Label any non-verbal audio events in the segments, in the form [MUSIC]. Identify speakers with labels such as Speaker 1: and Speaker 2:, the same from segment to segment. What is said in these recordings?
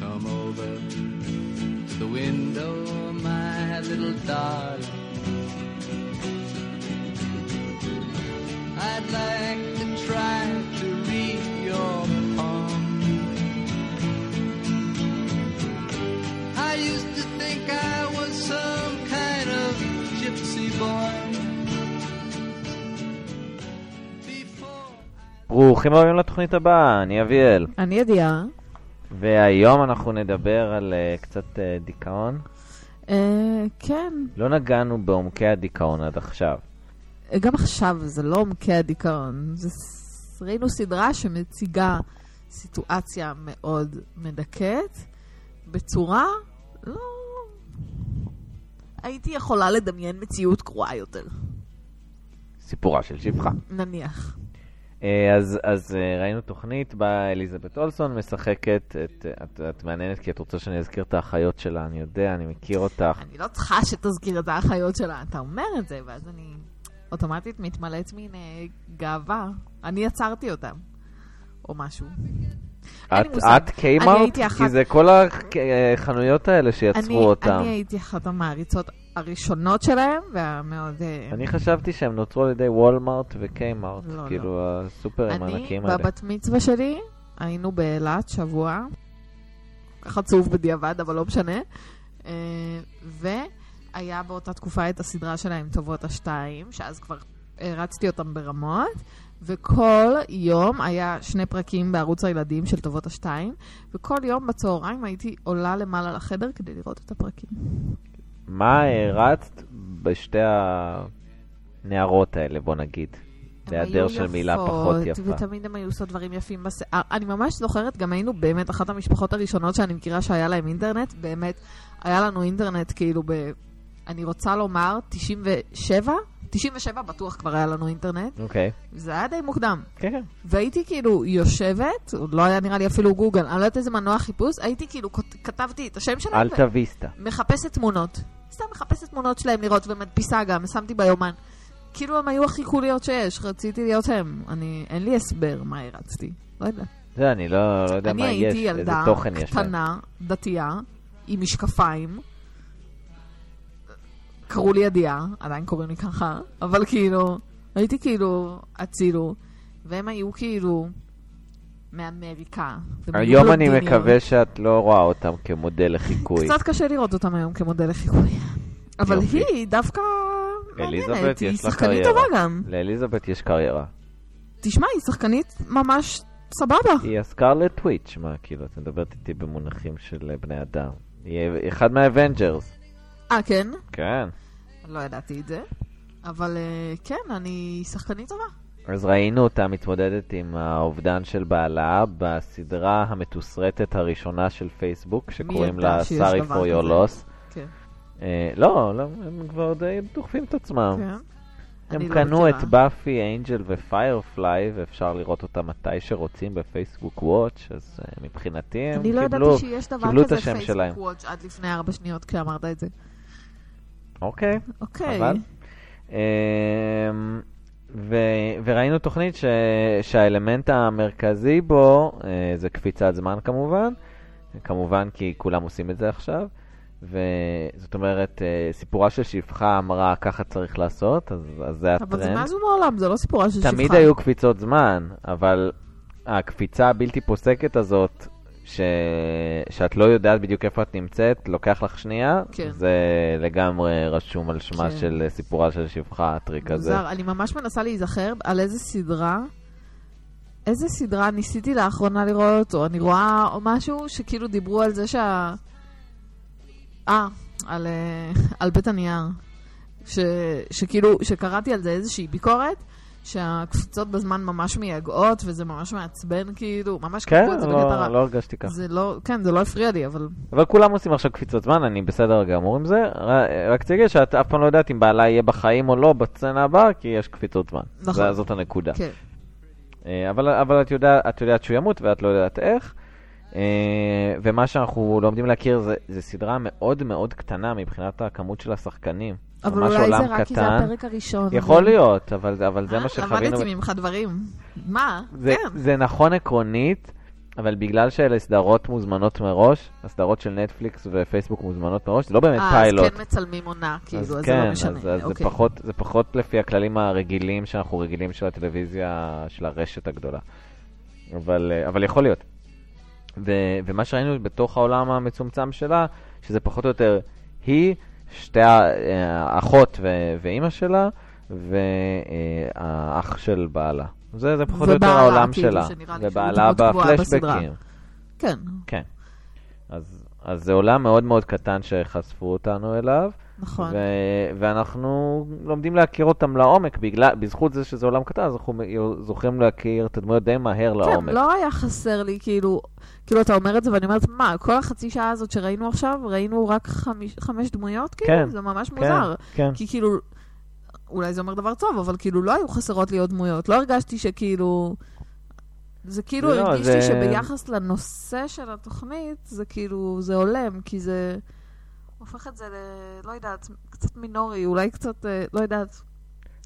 Speaker 1: come over to the window, my little darling. I'd like to try to read your palm. I used to think I was some kind of gypsy boy. Before.
Speaker 2: ברוכים הבאים לתוכנית הבאה, אני אביאל.
Speaker 3: אני ידיעה.
Speaker 2: והיום אנחנו נדבר על אה, קצת אה, דיכאון.
Speaker 3: אה, כן,
Speaker 2: לא נגענו בעומקי הדיכאון עד עכשיו.
Speaker 3: אה, גם עכשיו זה לא עומקי הדיכאון. זה... ס- ראינו סדרה שמציגה סיטואציה מאוד מדכאת, בצורה לא... הייתי יכולה לדמיין מציאות גרועה יותר,
Speaker 2: סיפורה של שפחה.
Speaker 3: נניח.
Speaker 2: אה, אז, אז אה, ראינו תוכנית בה אליזבת אולסון משחקת את... אה, את, את מעניינת כי את רוצה שאני אזכיר את האחיות שלה, אני יודע, אני מכיר אותך.
Speaker 3: אני לא צריכה שתזכיר את האחיות שלה, אתה אומר את זה, ואז אני אוטומטית מתמלאת מן אה, גאווה. אני יצרתי אותם, או משהו. אין לי
Speaker 2: את,
Speaker 3: מושג.
Speaker 2: את קיימארט?
Speaker 3: הייתי אחת-
Speaker 2: כי זה כל אה, החנויות האלה שיצרו
Speaker 3: אני,
Speaker 2: אותם.
Speaker 3: אני הייתי אחת המעריצות הראשונות שלהם, והמאוד... אה,
Speaker 2: אני חשבתי שהם נוצרו על ידי וולמארט וקיימארט,
Speaker 3: לא, לא.
Speaker 2: כאילו הסופרים
Speaker 3: אני
Speaker 2: הענקיים האלה.
Speaker 3: בבת מצווה שלי, היינו באילת שבוע, כל כך עצוב בדיעבד, אבל לא משנה, אה, והיה באותה תקופה את הסדרה שלהם, טובות השתיים, שאז כבר הרצתי אותם ברמות, וכל יום היה שני פרקים בערוץ הילדים של טובות השתיים, וכל יום בצהריים הייתי עולה למעלה לחדר כדי לראות את הפרקים.
Speaker 2: מה הרצת בשתי הנערות האלה, בוא נגיד?
Speaker 3: הם
Speaker 2: בהיעדר
Speaker 3: היו
Speaker 2: של מילה פחות
Speaker 3: יפות,
Speaker 2: יפה.
Speaker 3: ותמיד הם היו עושות דברים יפים בשיער. אני ממש זוכרת, גם היינו באמת אחת המשפחות הראשונות שאני מכירה שהיה להם אינטרנט, באמת, היה לנו אינטרנט כאילו ב... אני רוצה לומר, 97? 97 בטוח כבר היה לנו אינטרנט,
Speaker 2: אוקיי.
Speaker 3: זה היה די מוקדם.
Speaker 2: כן, כן.
Speaker 3: והייתי כאילו יושבת, עוד לא היה נראה לי אפילו גוגל, אני לא יודעת איזה מנוע חיפוש, הייתי כאילו, כות- כתבתי את השם שלהם,
Speaker 2: אלטה ויסטה.
Speaker 3: מחפשת תמונות. סתם מחפשת תמונות שלהם לראות ומדפיסה גם, שמתי ביומן. כאילו הם היו הכי קוליות שיש, רציתי להיות הם. אני, אין לי הסבר מה הרצתי. לא יודעת.
Speaker 2: זה, אני לא לא יודע
Speaker 3: אני
Speaker 2: מה יש,
Speaker 3: הייתי
Speaker 2: איזה
Speaker 3: ילדה
Speaker 2: תוכן יש להם.
Speaker 3: קטנה, דתייה, עם משקפיים. קראו לי ידיעה, עדיין קוראים לי ככה, אבל כאילו, הייתי כאילו, אצילו, והם היו כאילו מאמריקה. והם היו
Speaker 2: היום אני
Speaker 3: בלונדיניות.
Speaker 2: מקווה שאת לא רואה אותם כמודל לחיקוי.
Speaker 3: קצת קשה לראות אותם היום כמודל לחיקוי. אבל
Speaker 2: יופי.
Speaker 3: היא דווקא מעניינת,
Speaker 2: אליזבת,
Speaker 3: היא
Speaker 2: יש לה
Speaker 3: שחקנית
Speaker 2: קריירה.
Speaker 3: טובה גם.
Speaker 2: לאליזבת יש קריירה.
Speaker 3: תשמע, היא שחקנית ממש סבבה.
Speaker 2: היא הסקרלט טוויץ', מה, כאילו, את מדברת איתי במונחים של אה, בני אדם. היא אחד מהאבנג'רס.
Speaker 3: אה, כן?
Speaker 2: כן.
Speaker 3: לא ידעתי את זה. אבל אה, כן, אני שחקנית טובה.
Speaker 2: אז ראינו אותה מתמודדת עם האובדן של בעלה בסדרה המתוסרטת הראשונה של פייסבוק, שקוראים
Speaker 3: ידע
Speaker 2: לה
Speaker 3: שיש
Speaker 2: Sorry for
Speaker 3: דבר
Speaker 2: your
Speaker 3: כזה?
Speaker 2: loss.
Speaker 3: כן.
Speaker 2: אה, לא, לא, הם כבר די דוחפים את עצמם.
Speaker 3: כן. אני
Speaker 2: הם
Speaker 3: לא
Speaker 2: קנו
Speaker 3: מכירה.
Speaker 2: את באפי, אינג'ל ופיירפליי, ואפשר לראות אותה מתי שרוצים בפייסבוק וואץ', אז אה, מבחינתי הם
Speaker 3: אני לא ידעתי
Speaker 2: קיבלו...
Speaker 3: שיש דבר
Speaker 2: קיבלו את
Speaker 3: כזה
Speaker 2: השם שלהם.
Speaker 3: פייסבוק וואץ' עד לפני ארבע שניות כשאמרת את זה.
Speaker 2: אוקיי.
Speaker 3: אוקיי.
Speaker 2: אבל- אמ, ו... וראינו תוכנית ש... שהאלמנט המרכזי בו אה, זה קפיצת זמן כמובן, כמובן כי כולם עושים את זה עכשיו, וזאת אומרת, אה, סיפורה של שפחה אמרה ככה צריך לעשות, אז, אז זה
Speaker 3: אבל זה
Speaker 2: הטרנד.
Speaker 3: מאז ומעולם, זה לא סיפורה של שפחה.
Speaker 2: תמיד היו קפיצות זמן, אבל הקפיצה הבלתי פוסקת הזאת, ש... שאת לא יודעת בדיוק איפה את נמצאת, לוקח לך שנייה,
Speaker 3: כן.
Speaker 2: זה לגמרי רשום על שמה
Speaker 3: כן.
Speaker 2: של סיפורה של שפחה, הטריק הזה.
Speaker 3: מוזר, אני ממש מנסה להיזכר על איזה סדרה, איזה סדרה ניסיתי לאחרונה לראות, או אני רואה או משהו שכאילו דיברו על זה שה... אה, על, אה, [LAUGHS] על בית הנייר. ש, שכאילו, שקראתי על זה איזושהי ביקורת, שהקפיצות בזמן ממש מייגעות, וזה ממש מעצבן, כאילו, ממש
Speaker 2: כן,
Speaker 3: כתבו את זה בקטע רע.
Speaker 2: לא, לא הרגשתי ככה.
Speaker 3: זה לא, כן, זה לא הפריע לי, אבל
Speaker 2: אבל כולם עושים עכשיו קפיצות זמן, אני בסדר גמור עם זה. ר- רק תגיד שאת אף פעם לא יודעת אם בעלה יהיה בחיים או לא בסצנה הבאה, כי יש קפיצות זמן.
Speaker 3: נכון.
Speaker 2: זה- זאת הנקודה.
Speaker 3: כן.
Speaker 2: אה, אבל, אבל את, יודע, את יודעת שהוא ימות ואת לא יודעת איך. אה, ומה שאנחנו לומדים להכיר זה, זה סדרה מאוד מאוד קטנה מבחינת הכמות של השחקנים.
Speaker 3: אבל
Speaker 2: ממש
Speaker 3: אולי
Speaker 2: עולם
Speaker 3: זה רק כי זה
Speaker 2: קטן.
Speaker 3: הפרק הראשון.
Speaker 2: יכול להיות, אבל, אבל זה
Speaker 3: אה,
Speaker 2: מה שחווינו.
Speaker 3: למדתי ממך דברים. מה?
Speaker 2: זה,
Speaker 3: כן.
Speaker 2: זה נכון עקרונית, אבל בגלל שאלה סדרות מוזמנות מראש, הסדרות של נטפליקס ופייסבוק מוזמנות מראש, זה לא באמת
Speaker 3: אה, אז
Speaker 2: פיילוט.
Speaker 3: כן מצלמים עונה, כאילו, אז,
Speaker 2: אז
Speaker 3: זה
Speaker 2: כן,
Speaker 3: לא משנה.
Speaker 2: אז, אז זה,
Speaker 3: אוקיי.
Speaker 2: פחות, זה פחות לפי הכללים הרגילים שאנחנו רגילים של הטלוויזיה, של הרשת הגדולה. אבל, אה, אבל יכול להיות. ו, ומה שראינו בתוך העולם המצומצם שלה, שזה פחות או יותר היא, שתי ה- אה, האחות ו- ואימא שלה, והאח של בעלה. זה, זה פחות או יותר
Speaker 3: ובעלה,
Speaker 2: העולם
Speaker 3: כאילו,
Speaker 2: שלה.
Speaker 3: שנראה לי שהוא
Speaker 2: ובעלה
Speaker 3: דמות קבועה בסדרה.
Speaker 2: בפלשבקים.
Speaker 3: כן,
Speaker 2: כן. אז, אז זה עולם מאוד מאוד קטן שחשפו אותנו אליו.
Speaker 3: נכון.
Speaker 2: ו- ואנחנו לומדים להכיר אותם לעומק, בגלל, בזכות זה שזה עולם קטן, אז אנחנו מ- זוכים להכיר את הדמויות די מהר
Speaker 3: כן,
Speaker 2: לעומק.
Speaker 3: לא היה חסר לי, כאילו, כאילו, אתה אומר את זה, ואני אומרת, מה, כל החצי שעה הזאת שראינו עכשיו, ראינו רק חמיש, חמש דמויות, כאילו?
Speaker 2: כן,
Speaker 3: זה ממש
Speaker 2: כן,
Speaker 3: מוזר.
Speaker 2: כן.
Speaker 3: כי כאילו, אולי זה אומר דבר טוב, אבל כאילו, לא היו חסרות לי עוד דמויות. לא הרגשתי שכאילו... זה כאילו
Speaker 2: לא,
Speaker 3: לא, הרגיש
Speaker 2: זה-
Speaker 3: זה... לי שביחס לנושא של התוכנית, זה כאילו, זה הולם, כי זה הופך את זה ל... לא יודעת, קצת מינורי, אולי קצת, אה, לא יודעת.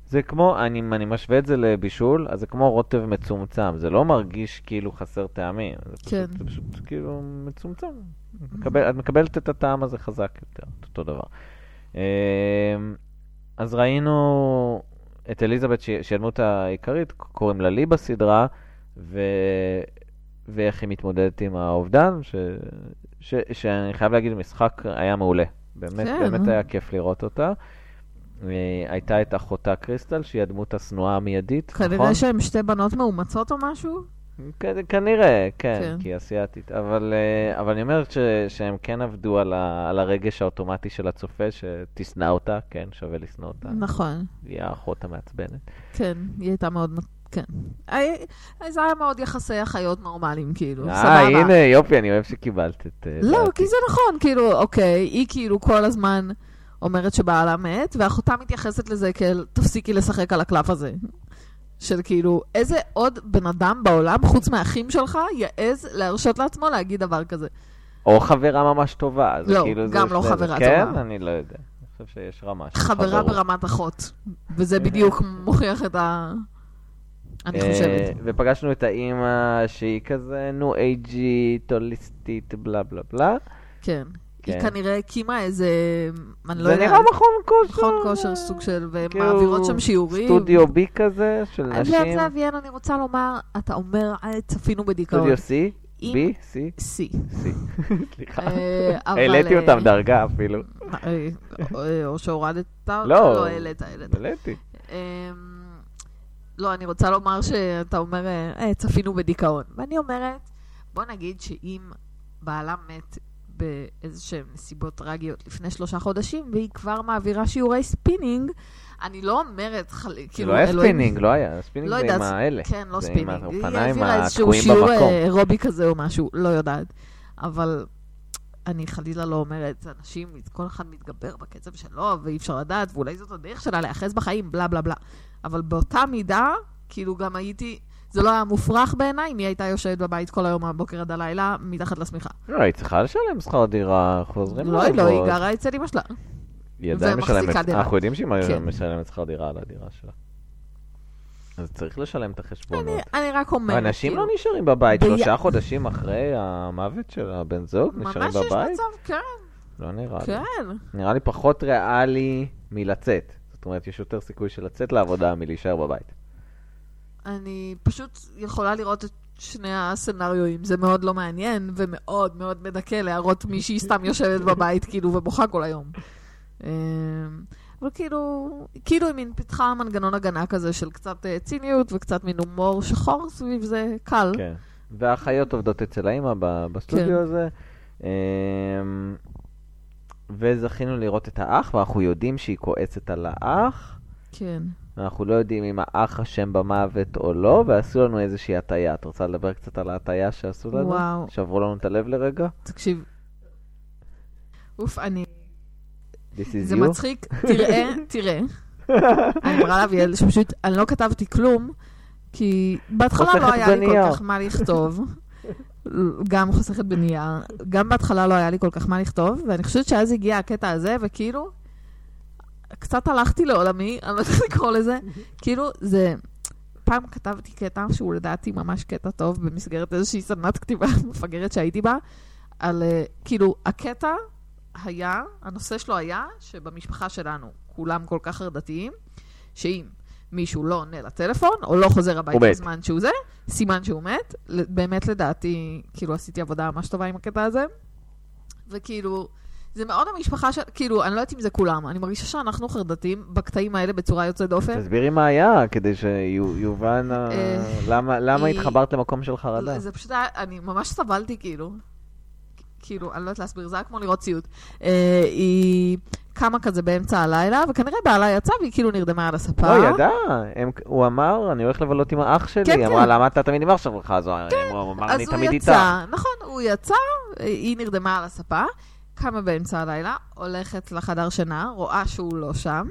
Speaker 2: זה כמו, אני, אני משווה את זה לבישול, אז זה כמו רוטב מצומצם, זה לא מרגיש כאילו חסר טעמים, זה פשוט,
Speaker 3: כן. Mm-hmm.
Speaker 2: זה פשוט כאילו מצומצם. את מקבל, את מקבלת את הטעם הזה חזק יותר, את אותו דבר. אמ, אז ראינו את אליזבת, שהיא שהיא הדמות העיקרית, קוראים לה לי בסדרה, ו... ואיך היא מתמודדת עם האובדן, ש... ש... שאני חייב להגיד, משחק היה מעולה. באמת,
Speaker 3: כן.
Speaker 2: באמת היה כיף לראות אותה. אה, הייתה את אחותה קריסטל, שהיא הדמות השנואה המיידית, נכון?
Speaker 3: כנראה שהן שתי בנות מאומצות או משהו?
Speaker 2: כ- כנראה, כן, כן.
Speaker 3: כן.
Speaker 2: כי היא אסיאתית. אבל, אה, אבל אני אומר ש, שהם כן עבדו על, ה, על הרגש האוטומטי של הצופה, שתשנא אותה, כן, שווה לשנוא אותה.
Speaker 3: נכון.
Speaker 2: היא האחות המעצבנת.
Speaker 3: כן, היא הייתה מאוד... מ- כן. הי- זה היה מאוד יחסי אחיות נורמליים, כאילו, סבבה.
Speaker 2: אה, הנה, יופי, אני אוהב שקיבלת את... אה,
Speaker 3: לא,
Speaker 2: דעתי.
Speaker 3: כי זה נכון, כאילו, אוקיי, היא כאילו כל הזמן אומרת שבעלה מת, ואחותה מתייחסת לזה כאל, תפסיקי לשחק על הקלף הזה. של כאילו, איזה עוד בן אדם בעולם, חוץ מהאחים שלך, יעז להרשות לעצמו להגיד דבר כזה.
Speaker 2: או חברה ממש טובה. אז
Speaker 3: לא,
Speaker 2: כאילו זה
Speaker 3: גם לא
Speaker 2: שני-
Speaker 3: חברה
Speaker 2: כן,
Speaker 3: טובה.
Speaker 2: אני לא יודע. אני חושב שיש רמה של
Speaker 3: חברה
Speaker 2: חברות.
Speaker 3: ברמת אחות. וזה בדיוק מוכיח את ה... אני
Speaker 2: אה,
Speaker 3: חושבת.
Speaker 2: ופגשנו את האימא שהיא כזה נו אייג'ית, הוליסטית, בלה בלה בלה.
Speaker 3: כן. היא
Speaker 2: כן.
Speaker 3: כנראה הקימה איזה, אני לא
Speaker 2: זה
Speaker 3: יודעת,
Speaker 2: נראה מכון כושר.
Speaker 3: מכון כושר סוג של, והן
Speaker 2: כאילו,
Speaker 3: מעבירות שם שיעורים.
Speaker 2: סטודיו בי כזה, של
Speaker 3: אז ליד
Speaker 2: נשים.
Speaker 3: זה, אביאן, אני רוצה לומר, אתה אומר, "אה, צפינו בדיכאון.
Speaker 2: סטודיו C?
Speaker 3: אם-
Speaker 2: B? C?
Speaker 3: שיא.
Speaker 2: C. סליחה.
Speaker 3: אה, אבל,
Speaker 2: העליתי
Speaker 3: אה,
Speaker 2: אותם דרגה אפילו.
Speaker 3: אה, אה, או שהורדת, אותה,
Speaker 2: לא.
Speaker 3: לא העלית, העלית.
Speaker 2: העליתי.
Speaker 3: אמ, לא, אני רוצה לומר שאתה אומר, אה, "אה, צפינו בדיכאון. ואני אומרת, בוא נגיד שאם בעלה מת באיזשהן נסיבות טרגיות לפני שלושה חודשים, והיא כבר מעבירה שיעורי ספינינג, אני לא אומרת, חל-
Speaker 2: זה
Speaker 3: כאילו,
Speaker 2: לא היה
Speaker 3: אלוהים-
Speaker 2: ספינינג, לא היה. ספינינג
Speaker 3: לא
Speaker 2: זה
Speaker 3: יודעת,
Speaker 2: עם האלה.
Speaker 3: כן, לא
Speaker 2: זה עם
Speaker 3: ספינינג. היא
Speaker 2: האופניים
Speaker 3: העבירה איזשהו
Speaker 2: התקועים
Speaker 3: שיעור
Speaker 2: במקום.
Speaker 3: אה, אירובי כזה או משהו, לא יודעת. אבל אני חלילה לא אומרת, אנשים, כל אחד מתגבר בקצב שלו, ואי אפשר לדעת, ואולי זאת הדרך שלה להיאחז בחיים, בלה בלה בלה. אבל באותה מידה, כאילו גם הייתי, זה לא היה מופרך בעיניי אם היא הייתה יושבת בבית כל היום מהבוקר עד הלילה, מתחת לשמיכה.
Speaker 2: לא, היא צריכה לשלם שכר דירה, חוזרים
Speaker 3: לא, היא לא, היא
Speaker 2: לעבוד.
Speaker 3: גרה אצל אמא שלה.
Speaker 2: היא עדיין
Speaker 3: ומחזיקה
Speaker 2: משלמת,
Speaker 3: דירה.
Speaker 2: אנחנו יודעים שהיא
Speaker 3: כן.
Speaker 2: משלמת שכר דירה על הדירה שלה. אז צריך לשלם את
Speaker 3: אני,
Speaker 2: החשבונות.
Speaker 3: אני רק אומרת.
Speaker 2: אנשים
Speaker 3: כאילו,
Speaker 2: לא נשארים בבית,
Speaker 3: ב-
Speaker 2: שלושה חודשים אחרי המוות של הבן זוג, נשארים
Speaker 3: כאילו, ממש יש
Speaker 2: בבית?
Speaker 3: מצב, כן,
Speaker 2: לא נראה לי.
Speaker 3: כן.
Speaker 2: נראה לי פחות ריאלי מלצאת. זאת אומרת, יש יותר סיכוי של לצאת לעבודה מלהישאר בבית.
Speaker 3: אני פשוט יכולה לראות את שני הסצנריואים. זה מאוד לא מעניין, ומאוד מאוד מדכא להראות מישהי סתם יושבת בבית, כאילו, ובוכה כל היום. אמ, אבל כאילו, כאילו היא מין פיתחה מנגנון הגנה כזה של קצת אה, ציניות וקצת מין הומור שחור סביב זה, קל.
Speaker 2: כן. והאחיות עובדות אצל האימא ב- בסטודיו
Speaker 3: כן.
Speaker 2: הזה. אמ, וזכינו לראות את האח, ואנחנו יודעים שהיא כועסת על האח.
Speaker 3: כן.
Speaker 2: אנחנו לא יודעים אם האח אשם במוות או לא, ועשו לנו איזושהי הטעיה. את רוצה לדבר קצת על ההטעיה שעשו לנו?
Speaker 3: וואו.
Speaker 2: שברו לנו את הלב לרגע?
Speaker 3: תקשיב. אוף, אני...
Speaker 2: This is
Speaker 3: זה
Speaker 2: you?
Speaker 3: מצחיק, תראה, תראה. אני אמרה לאביאל שפשוט, אני לא כתבתי כלום, כי בהתחלה
Speaker 2: חוסכת
Speaker 3: לא היה לי
Speaker 2: בנייר.
Speaker 3: כל כך מה לכתוב. גם חוסכת בנייר, גם בהתחלה לא היה לי כל כך מה לכתוב, ואני חושבת שאז הגיע הקטע הזה, וכאילו, קצת הלכתי לעולמי, אני לא יודעת איך לקרוא לזה, כאילו, זה פעם כתבתי קטע, שהוא לדעתי ממש קטע טוב, במסגרת איזושהי סדנת כתיבה מפגרת שהייתי בה, על אה, כאילו, הקטע היה, הנושא שלו היה, שבמשפחה שלנו כולם כל כך חרדתיים, שאם מישהו לא עונה לטלפון, או לא חוזר
Speaker 2: הוא
Speaker 3: הביתה
Speaker 2: מת.
Speaker 3: בזמן שהוא זה, סימן שהוא מת. ל- באמת, לדעתי, כאילו, עשיתי עבודה ממש טובה עם הקטע הזה. וכאילו, זה מאוד המשפחה של... כאילו, אני לא יודעת אם זה כולם, אני מרגישה שאנחנו חרדתיים בקטעים האלה בצורה יוצאת דופן.
Speaker 2: תסבירי מה היה, כדי שיובן ה-
Speaker 3: אה,
Speaker 2: למה- למה
Speaker 3: היא-
Speaker 2: התחברת למקום של חרדה.
Speaker 3: זה פשוט היה, אני ממש סבלתי, כאילו. כאילו, אני לא יודעת להסביר, זה היה כמו לראות ציוד. אה, היא קמה כזה באמצע הלילה, וכנראה בעלה יצא והיא כאילו נרדמה על הספה.
Speaker 2: לא, היא ידעה, הם- הוא אמר, אני הולך לבלות עם האח שלי.
Speaker 3: כן,
Speaker 2: היא אמרה,
Speaker 3: כן.
Speaker 2: למה אתה תמיד עם אח שלך? אז הוא אמר, אני
Speaker 3: אז הוא
Speaker 2: תמיד איתה.
Speaker 3: יצא, נכון, הוא יצא, היא נרדמה על הספה, קמה באמצע הלילה, הולכת לחדר שינה, רואה שהוא לא שם.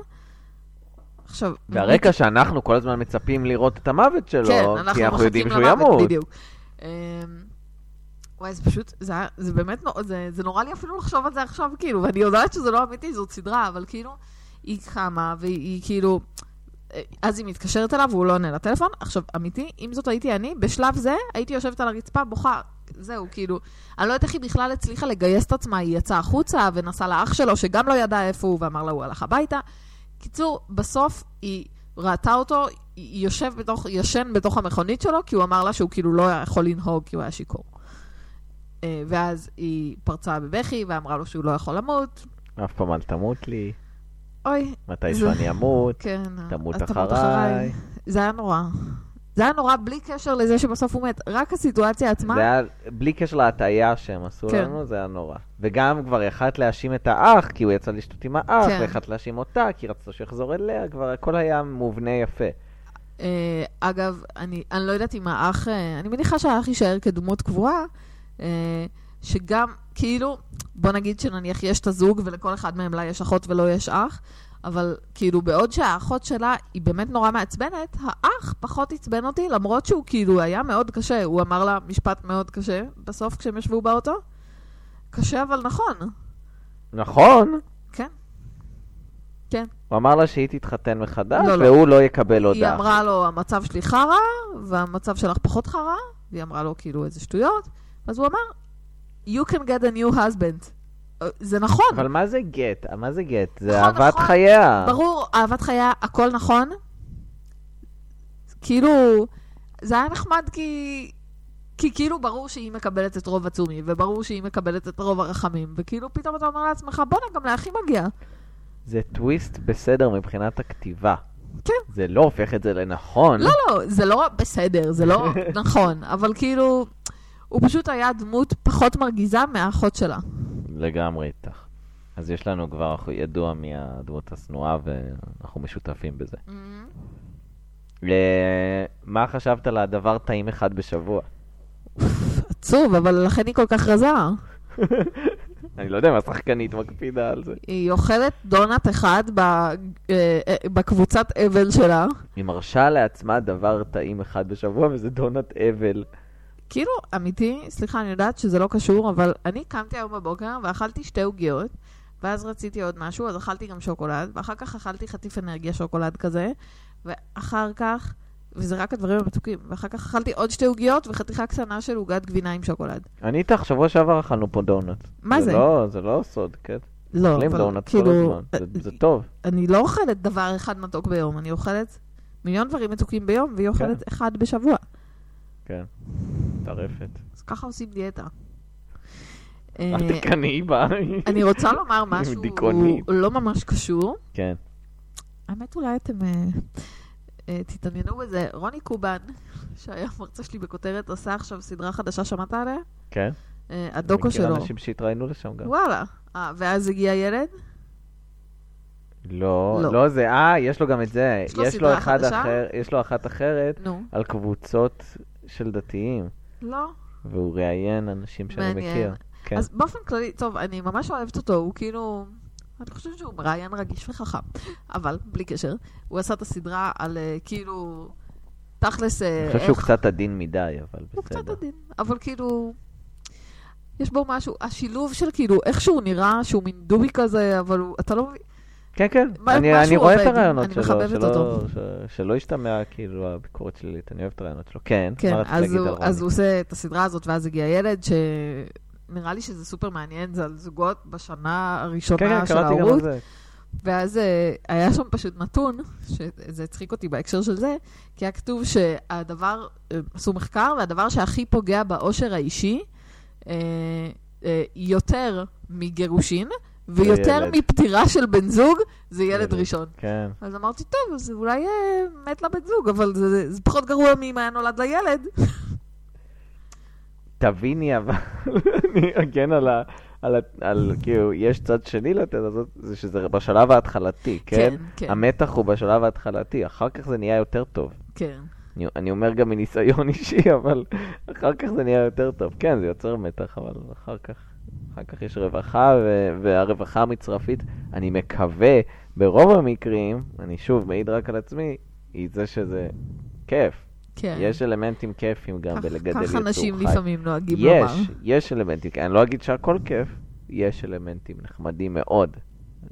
Speaker 3: עכשיו...
Speaker 2: והרקע שאנחנו כל הזמן מצפים לראות את המוות
Speaker 3: כן,
Speaker 2: שלו,
Speaker 3: אנחנו
Speaker 2: כי אנחנו
Speaker 3: מחכים
Speaker 2: יודעים שהוא
Speaker 3: למוות,
Speaker 2: ימות.
Speaker 3: בדיוק. אמ, וואי, זה פשוט, זה, היה- זה באמת, נו- זה, זה נורא לי אפילו לחשוב על זה עכשיו, כאילו, ואני יודעת שזה לא אמיתי, זאת סדרה, אבל כאילו, היא קמה, והיא כאילו, אה, אז היא מתקשרת אליו והוא לא עונה לטלפון. עכשיו, אמיתי, אם זאת הייתי אני, בשלב זה הייתי יושבת על הרצפה, בוכה, זהו, כאילו, אני לא יודעת איך היא בכלל הצליחה לגייס את עצמה, היא יצאה החוצה ונסעה לאח שלו, שגם לא ידע איפה הוא, ואמר לה, הוא הלך הביתה. קיצור, בסוף היא ראתה אותו, היא יושב בתוך, ישן בתוך המכונית שלו, כי הוא אמר לה שהוא כאילו לא יכול לנהוג, כי הוא היה שיכור. אה, ואז היא פרצה בבכי ואמרה לו שהוא לא יכול למות.
Speaker 2: אף פעם אל תמות לי,
Speaker 3: אוי,
Speaker 2: מתי
Speaker 3: זה-
Speaker 2: שאני אמות.
Speaker 3: כן.
Speaker 2: תמות
Speaker 3: אז
Speaker 2: אחריי.
Speaker 3: זה היה נורא. זה היה נורא בלי קשר לזה שבסוף הוא מת, רק הסיטואציה עצמה.
Speaker 2: זה היה, בלי קשר להטעיה שהם עשו
Speaker 3: כן.
Speaker 2: לנו, זה היה נורא. וגם כבר יכלת להאשים את האח, כי הוא יצא לשתות עם האח,
Speaker 3: כן.
Speaker 2: ויכלת להאשים אותה, כי רצתה שהוא יחזור אליה, כבר הכל היה מובנה יפה.
Speaker 3: אה, אגב, אני, אני לא יודעת אם האח, אה, אני מניחה שהאח יישאר כדמות קבועה, אה, שגם, כאילו, בוא נגיד שנניח יש את הזוג ולכל אחד מהם לה יש אחות ולא יש אח, אבל כאילו, בעוד שהאחות שלה היא באמת נורא מעצבנת, האח פחות עצבן אותי, למרות שהוא כאילו היה מאוד קשה, הוא אמר לה משפט מאוד קשה, בסוף כשהם ישבו באוטו. קשה אבל נכון,
Speaker 2: נכון,
Speaker 3: כן.
Speaker 2: הוא אמר לה שהיא תתחתן מחדש,
Speaker 3: לא, לא.
Speaker 2: והוא לא יקבל עוד
Speaker 3: היא
Speaker 2: אח.
Speaker 3: אמרה לו, המצב שלי חרא, והמצב שלך פחות חרא, והיא אמרה לו, כאילו, איזה שטויות. אז הוא אמר, you can get a new husband. אה, זה נכון,
Speaker 2: אבל מה זה גט? אה, מה זה גט? זה
Speaker 3: נכון,
Speaker 2: אהבת
Speaker 3: נכון.
Speaker 2: חייה.
Speaker 3: ברור, אהבת חייה, הכל נכון. כאילו, זה היה נחמד כי... כי כאילו ברור שהיא מקבלת את רוב הצומי, וברור שהיא מקבלת את רוב הרחמים, וכאילו פתאום אתה אומר לעצמך, בואנה, גם לאחי מגיע.
Speaker 2: זה טוויסט בסדר מבחינת הכתיבה.
Speaker 3: כן.
Speaker 2: זה לא הופך את זה לנכון.
Speaker 3: לא, לא, זה לא בסדר, זה לא נכון, אבל כאילו, הוא פשוט היה דמות פחות מרגיזה מהאחות שלה.
Speaker 2: לגמרי איתך. אז יש לנו כבר ידוע מהדמות השנואה, ואנחנו משותפים בזה. אה, מה חשבת על הדבר טעים אחד בשבוע?
Speaker 3: עצוב, אבל לכן היא כל כך רזה.
Speaker 2: אני לא יודע אם השחקנית מקפידה על זה.
Speaker 3: היא אוכלת דונלד אחד ב, אה, אה, בקבוצת אבל שלה.
Speaker 2: היא מרשה לעצמה דבר טעים אחד בשבוע, וזה דונלד אבל.
Speaker 3: כאילו, אמיתי, סליחה, אני יודעת שזה לא קשור, אבל אני קמתי היום בבוקר ואכלתי שתי עוגיות, ואז רציתי עוד משהו, אז אכלתי גם שוקולד, ואחר כך אכלתי חטיף אנרגיה שוקולד כזה, ואחר כך, וזה רק הדברים המתוקים, ואחר כך אכלתי עוד שתי עוגיות וחתיכה קטנה של עוגת גבינה עם שוקולד.
Speaker 2: אני איתך, שבוע שעבר אכלנו פה דונלד.
Speaker 3: מה זה?
Speaker 2: לא, זה לא סוד, כן?
Speaker 3: לא,
Speaker 2: אוכלים
Speaker 3: אבל
Speaker 2: דונלד כל
Speaker 3: כאילו,
Speaker 2: הזמן. זה- זה טוב.
Speaker 3: אני לא אוכלת דבר אחד מתוק ביום, אני אוכלת מיליון דברים מתוקים ביום, והיא
Speaker 2: כן.
Speaker 3: אוכלת אחד בשבוע.
Speaker 2: כן. טרפת.
Speaker 3: אז ככה עושים דיאטה. אה,
Speaker 2: אל תקנאי בה.
Speaker 3: אני רוצה
Speaker 2: [LAUGHS]
Speaker 3: לומר משהו
Speaker 2: דיכאונית.
Speaker 3: לא ממש קשור.
Speaker 2: כן.
Speaker 3: האמת, אולי אתם אה, אה, תתעניינו בזה. רוני קובן, שהיה המרצה שלי בכותרת, עשה עכשיו סדרה חדשה, שמעת עליה?
Speaker 2: כן.
Speaker 3: אה, הדוקו
Speaker 2: אני
Speaker 3: שלו.
Speaker 2: מכיר אנשים שהתראיינו לשם גם.
Speaker 3: וואלה. אה, ואז הגיע ילד?
Speaker 2: לא,
Speaker 3: לא.
Speaker 2: לא זה, אה, יש לו גם את זה.
Speaker 3: יש לו
Speaker 2: יש לו
Speaker 3: סדרה
Speaker 2: אחד
Speaker 3: חדשה?
Speaker 2: אחר, יש לו אחת אחרת
Speaker 3: נו.
Speaker 2: על קבוצות של דתיים.
Speaker 3: לא.
Speaker 2: והוא ראיין אנשים שאני
Speaker 3: מעניין.
Speaker 2: מכיר. כן.
Speaker 3: אז באופן כללי, טוב, אני ממש אוהבת אותו, הוא כאילו... אני חושבת שהוא מראיין רגיש וחכם, אבל בלי קשר. הוא עשה את הסדרה על אה, כאילו... תכלס, אה,
Speaker 2: אני
Speaker 3: איך...
Speaker 2: חושב שהוא קצת עדין מדי, אבל
Speaker 3: הוא
Speaker 2: בסדר.
Speaker 3: קצת עדין, אבל כאילו... יש בו משהו, השילוב של כאילו, איך שהוא נראה, שהוא מין דובי כזה, אבל הוא, אתה לא מבין...
Speaker 2: כן, כן,
Speaker 3: מה-
Speaker 2: אני,
Speaker 3: משהו
Speaker 2: אני רואה את
Speaker 3: עובד,
Speaker 2: הרעיונות
Speaker 3: אני
Speaker 2: שלו,
Speaker 3: מחבבת
Speaker 2: שלא,
Speaker 3: אותו.
Speaker 2: ש- שלא ישתמע כאילו הביקורת שלילית, אני אוהב את הרעיונות שלו. כן,
Speaker 3: כן,
Speaker 2: מה רצית
Speaker 3: אז
Speaker 2: להגיד
Speaker 3: הוא,
Speaker 2: על רוני?
Speaker 3: אז הוא עושה את הסדרה הזאת, ואז הגיע ילד, שנראה לי שזה סופר מעניין, זה על זוגות בשנה הראשונה
Speaker 2: כן, כן,
Speaker 3: של
Speaker 2: קראתי גם על
Speaker 3: ההורות.
Speaker 2: זה.
Speaker 3: ואז אה, היה שם פשוט נתון, שזה הצחיק אותי בהקשר של זה, כי היה כתוב שהדבר, אה, עשו מחקר, והדבר שהכי פוגע באושר האישי, אה, אה, יותר מגירושין, ויותר
Speaker 2: ילד.
Speaker 3: מפטירה של בן זוג, זה ילד
Speaker 2: ילד.
Speaker 3: ראשון.
Speaker 2: כן,
Speaker 3: אז אמרתי, טוב, אז אולי אה, מת לבן זוג, אבל זה, זה, זה פחות גרוע מאם היה נולד לילד.
Speaker 2: תביני, אבל [LAUGHS] אני אגן על ה... על, ה- על כאילו, יש צד שני לתזה הזאת, זה שזה בשלב ההתחלתי, כן?
Speaker 3: כן,
Speaker 2: המתח הוא בשלב ההתחלתי, אחר כך זה נהיה יותר טוב.
Speaker 3: כן.
Speaker 2: אני, אני אומר גם מניסיון [LAUGHS] אישי, אבל אחר כך זה נהיה יותר טוב. כן, זה יוצר מתח, אבל אחר כך, אחר כך יש רווחה, ו, והרווחה המצרפית, אני מקווה, ברוב המקרים, אני שוב מעיד רק על עצמי, היא זה שזה כיף.
Speaker 3: כן.
Speaker 2: יש אלמנטים כיפים גם
Speaker 3: כך-
Speaker 2: בלגדל יצור חי.
Speaker 3: כך אנשים לפעמים נוהגים לומר.
Speaker 2: יש, יש אלמנטים, אני לא אגיד שהכל כיף, יש אלמנטים נחמדים מאוד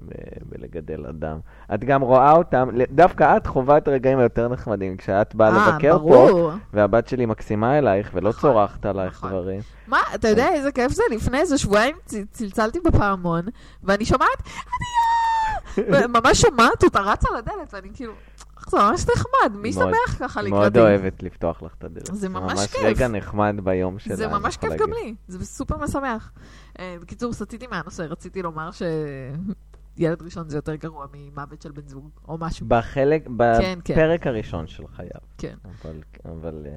Speaker 2: ב- בלגדל אדם. את גם רואה אותם, ל- דווקא את חווה את הרגעים היותר נחמדים, כשאת באה לבקר
Speaker 3: אה,
Speaker 2: פה,
Speaker 3: ברור.
Speaker 2: והבת שלי מקסימה אלייך, ולא
Speaker 3: נכון,
Speaker 2: צורחת עלייך
Speaker 3: נכון.
Speaker 2: דברים.
Speaker 3: מה, אתה יודע איזה כיף זה? לפני איזה שבועיים צ- צלצלתי בפעמון, ואני שומעת, אני ממש שומעת אותה רצה לדלת, ואני כאילו, "אך, זה ממש נחמד, מי
Speaker 2: מאוד-
Speaker 3: שמח ככה
Speaker 2: היא
Speaker 3: לקראתי?
Speaker 2: מאוד אוהבת לפתוח לך את הדלת.
Speaker 3: זה ממש כיף.
Speaker 2: רגע נחמד ביום שלה.
Speaker 3: זה
Speaker 2: אני
Speaker 3: ממש
Speaker 2: יכול
Speaker 3: כיף
Speaker 2: להגיד.
Speaker 3: גם לי, זה סופר משמח. אה, בקיצור, סטיתי מהנושא, רציתי לומר שילד ראשון זה יותר גרוע ממוות של בן זוג, או משהו.
Speaker 2: בחלק,
Speaker 3: כן, כן.
Speaker 2: בפרק הראשון של חייו.
Speaker 3: כן.
Speaker 2: אבל, אבל אה,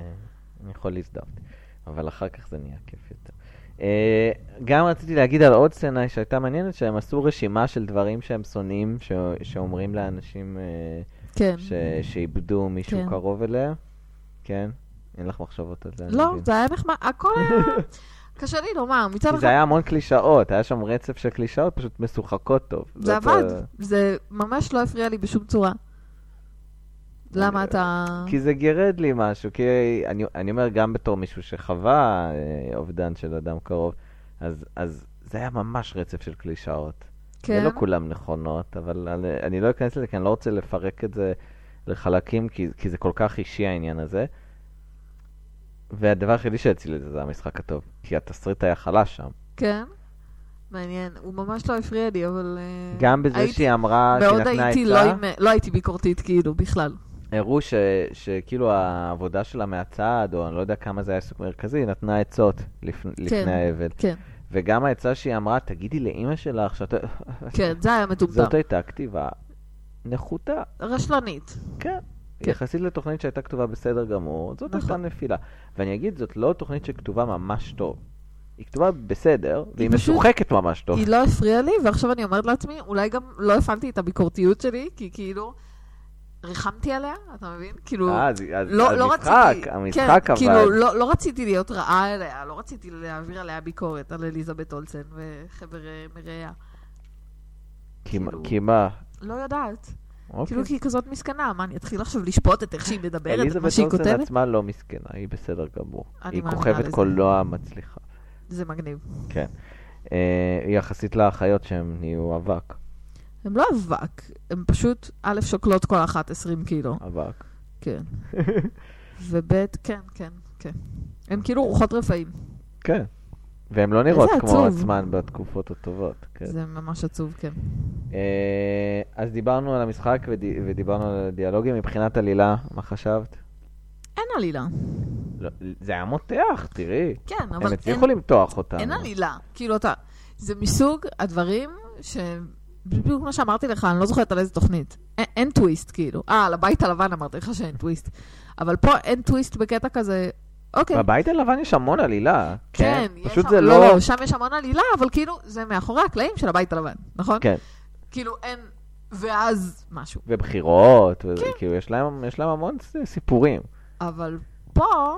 Speaker 2: אני יכול להזדהות. אבל אחר כך זה נהיה כיף יותר. אה, גם רציתי להגיד על עוד סצנה שהייתה מעניינת, שהם עשו רשימה של דברים שהם שונאים, ש... שאומרים לאנשים אה,
Speaker 3: כן.
Speaker 2: ש... שאיבדו מישהו
Speaker 3: כן.
Speaker 2: קרוב אליה. כן? אין לך מחשבות על זה? אני
Speaker 3: לא,
Speaker 2: מבין.
Speaker 3: זה היה נחמד, הכל
Speaker 2: [LAUGHS]
Speaker 3: היה... קשה לי לומר, מצד
Speaker 2: כי
Speaker 3: אחד...
Speaker 2: זה היה המון קלישאות, היה שם רצף של קלישאות, פשוט משוחקות טוב.
Speaker 3: זה
Speaker 2: זאת,
Speaker 3: עבד,
Speaker 2: אה,
Speaker 3: זה ממש לא הפריע לי בשום צורה. למה אתה...
Speaker 2: אה, כי זה גירד לי משהו, כי אני, אני אומר, גם בתור מישהו שחווה אה, אובדן של אדם קרוב, אז, אז זה היה ממש רצף של קלישאות.
Speaker 3: כן,
Speaker 2: ולא כולן נכונות, אבל אני, אני לא אכנס לזה, כי אני לא רוצה לפרק את זה לחלקים, כי, כי זה כל כך אישי העניין הזה. והדבר היחידי שהציל את זה זה המשחק הטוב, כי התסריט היה חלש שם.
Speaker 3: כן. מעניין, הוא ממש לא הפריע לי, אבל... אה,
Speaker 2: גם בזה
Speaker 3: הייתי-
Speaker 2: שהיא אמרה, שהיא
Speaker 3: מאוד
Speaker 2: נתנה
Speaker 3: הייתי,
Speaker 2: עצה.
Speaker 3: לא עם- לא הייתי ביקורתית, כאילו, בכלל.
Speaker 2: הראו ש, שכאילו העבודה שלה מהצד, או אני לא יודע כמה זה היה עיסוק מרכזי, היא נתנה עצות לפ, לפני האבל. [LAUGHS]
Speaker 3: כן,
Speaker 2: וגם העצה שהיא אמרה, תגידי לאימא שלך שאתה...
Speaker 3: כן, זה היה מטומטם.
Speaker 2: זאת הייתה כתיבה נחותה,
Speaker 3: רשלנית.
Speaker 2: כן.
Speaker 3: כן.
Speaker 2: יחסית לתוכנית שהייתה כתובה בסדר גמור, זאת הייתה
Speaker 3: נכון.
Speaker 2: נפילה. ואני אגיד, זאת לא תוכנית שכתובה ממש טוב. היא כתובה בסדר, והיא
Speaker 3: פשוט-
Speaker 2: משוחקת ממש טוב.
Speaker 3: היא לא הפריעה לי, ועכשיו אני אומרת לעצמי, אולי גם לא הפעלתי את הביקורתיות שלי, כי כאילו, ריחמתי עליה, אתה מבין? כאילו...
Speaker 2: אה, אז- אז-
Speaker 3: לא,
Speaker 2: אז
Speaker 3: לא
Speaker 2: משחק,
Speaker 3: רציתי,
Speaker 2: המשחק
Speaker 3: כן,
Speaker 2: אבל.
Speaker 3: כאילו, לא, לא רציתי להיות רעה אליה, לא רציתי להעביר עליה ביקורת על אליזבת אולסן וחבר אה, מרעיה.
Speaker 2: כי מה-
Speaker 3: כאילו-
Speaker 2: כי מה?
Speaker 3: לא יודעת.
Speaker 2: אוקיי.
Speaker 3: כאילו, כי היא כזאת מסכנה, מה, אני אתחיל עכשיו לשפוט את איך שהיא מדברת, את מה
Speaker 2: אליזבת
Speaker 3: שהיא
Speaker 2: אולסן
Speaker 3: כותבת?
Speaker 2: עצמה לא מסכנה, היא בסדר גמור.
Speaker 3: אני
Speaker 2: היא
Speaker 3: מאמינה
Speaker 2: כוכבת
Speaker 3: לזה.
Speaker 2: קולנוע מצליחה.
Speaker 3: זה מגניב.
Speaker 2: אה, יחסית לאחיות שהן נהיו אבק.
Speaker 3: הם לא אבק, הם פשוט, א', שוקלות כל אחת 20 קילו, [LAUGHS]
Speaker 2: אבק.
Speaker 3: כן. וב', כן, כן, כן. הם כאילו רוחות רפאים.
Speaker 2: כן. והן לא נראות
Speaker 3: איזה
Speaker 2: כמו
Speaker 3: עצוב.
Speaker 2: עצמן בתקופות הטובות. כן.
Speaker 3: זה ממש עצוב, כן.
Speaker 2: אה, אז דיברנו על המשחק ודי- ודיברנו על הדיאלוגים. מבחינת עלילה, מה חשבת?
Speaker 3: אין עלילה.
Speaker 2: לא, זה היה מותח, תראי.
Speaker 3: כן, אבל
Speaker 2: הם
Speaker 3: אין...
Speaker 2: הצליחו למתוח אותנו.
Speaker 3: אין עלילה. כאילו אתה, זה מסוג הדברים ש... בדיוק כמו שאמרתי לך, אני לא זוכרת על איזה תוכנית. אין, אין טוויסט, כאילו. אה, על הבית הלבן אמרתי לך שאין טוויסט. אבל פה אין טוויסט בקטע כזה, אוקיי.
Speaker 2: בבית הלבן יש המון עלילה.
Speaker 3: כן, יש
Speaker 2: פשוט
Speaker 3: שם-
Speaker 2: זה
Speaker 3: לא, לא, שם יש המון עלילה, אבל כאילו, זה מאחורי הקלעים של הבית הלבן, נכון?
Speaker 2: כן.
Speaker 3: כאילו, אין... ואז משהו.
Speaker 2: ובחירות, וזה,
Speaker 3: כן.
Speaker 2: כאילו, יש להם יש להם המון ס- סיפורים.
Speaker 3: אבל פה,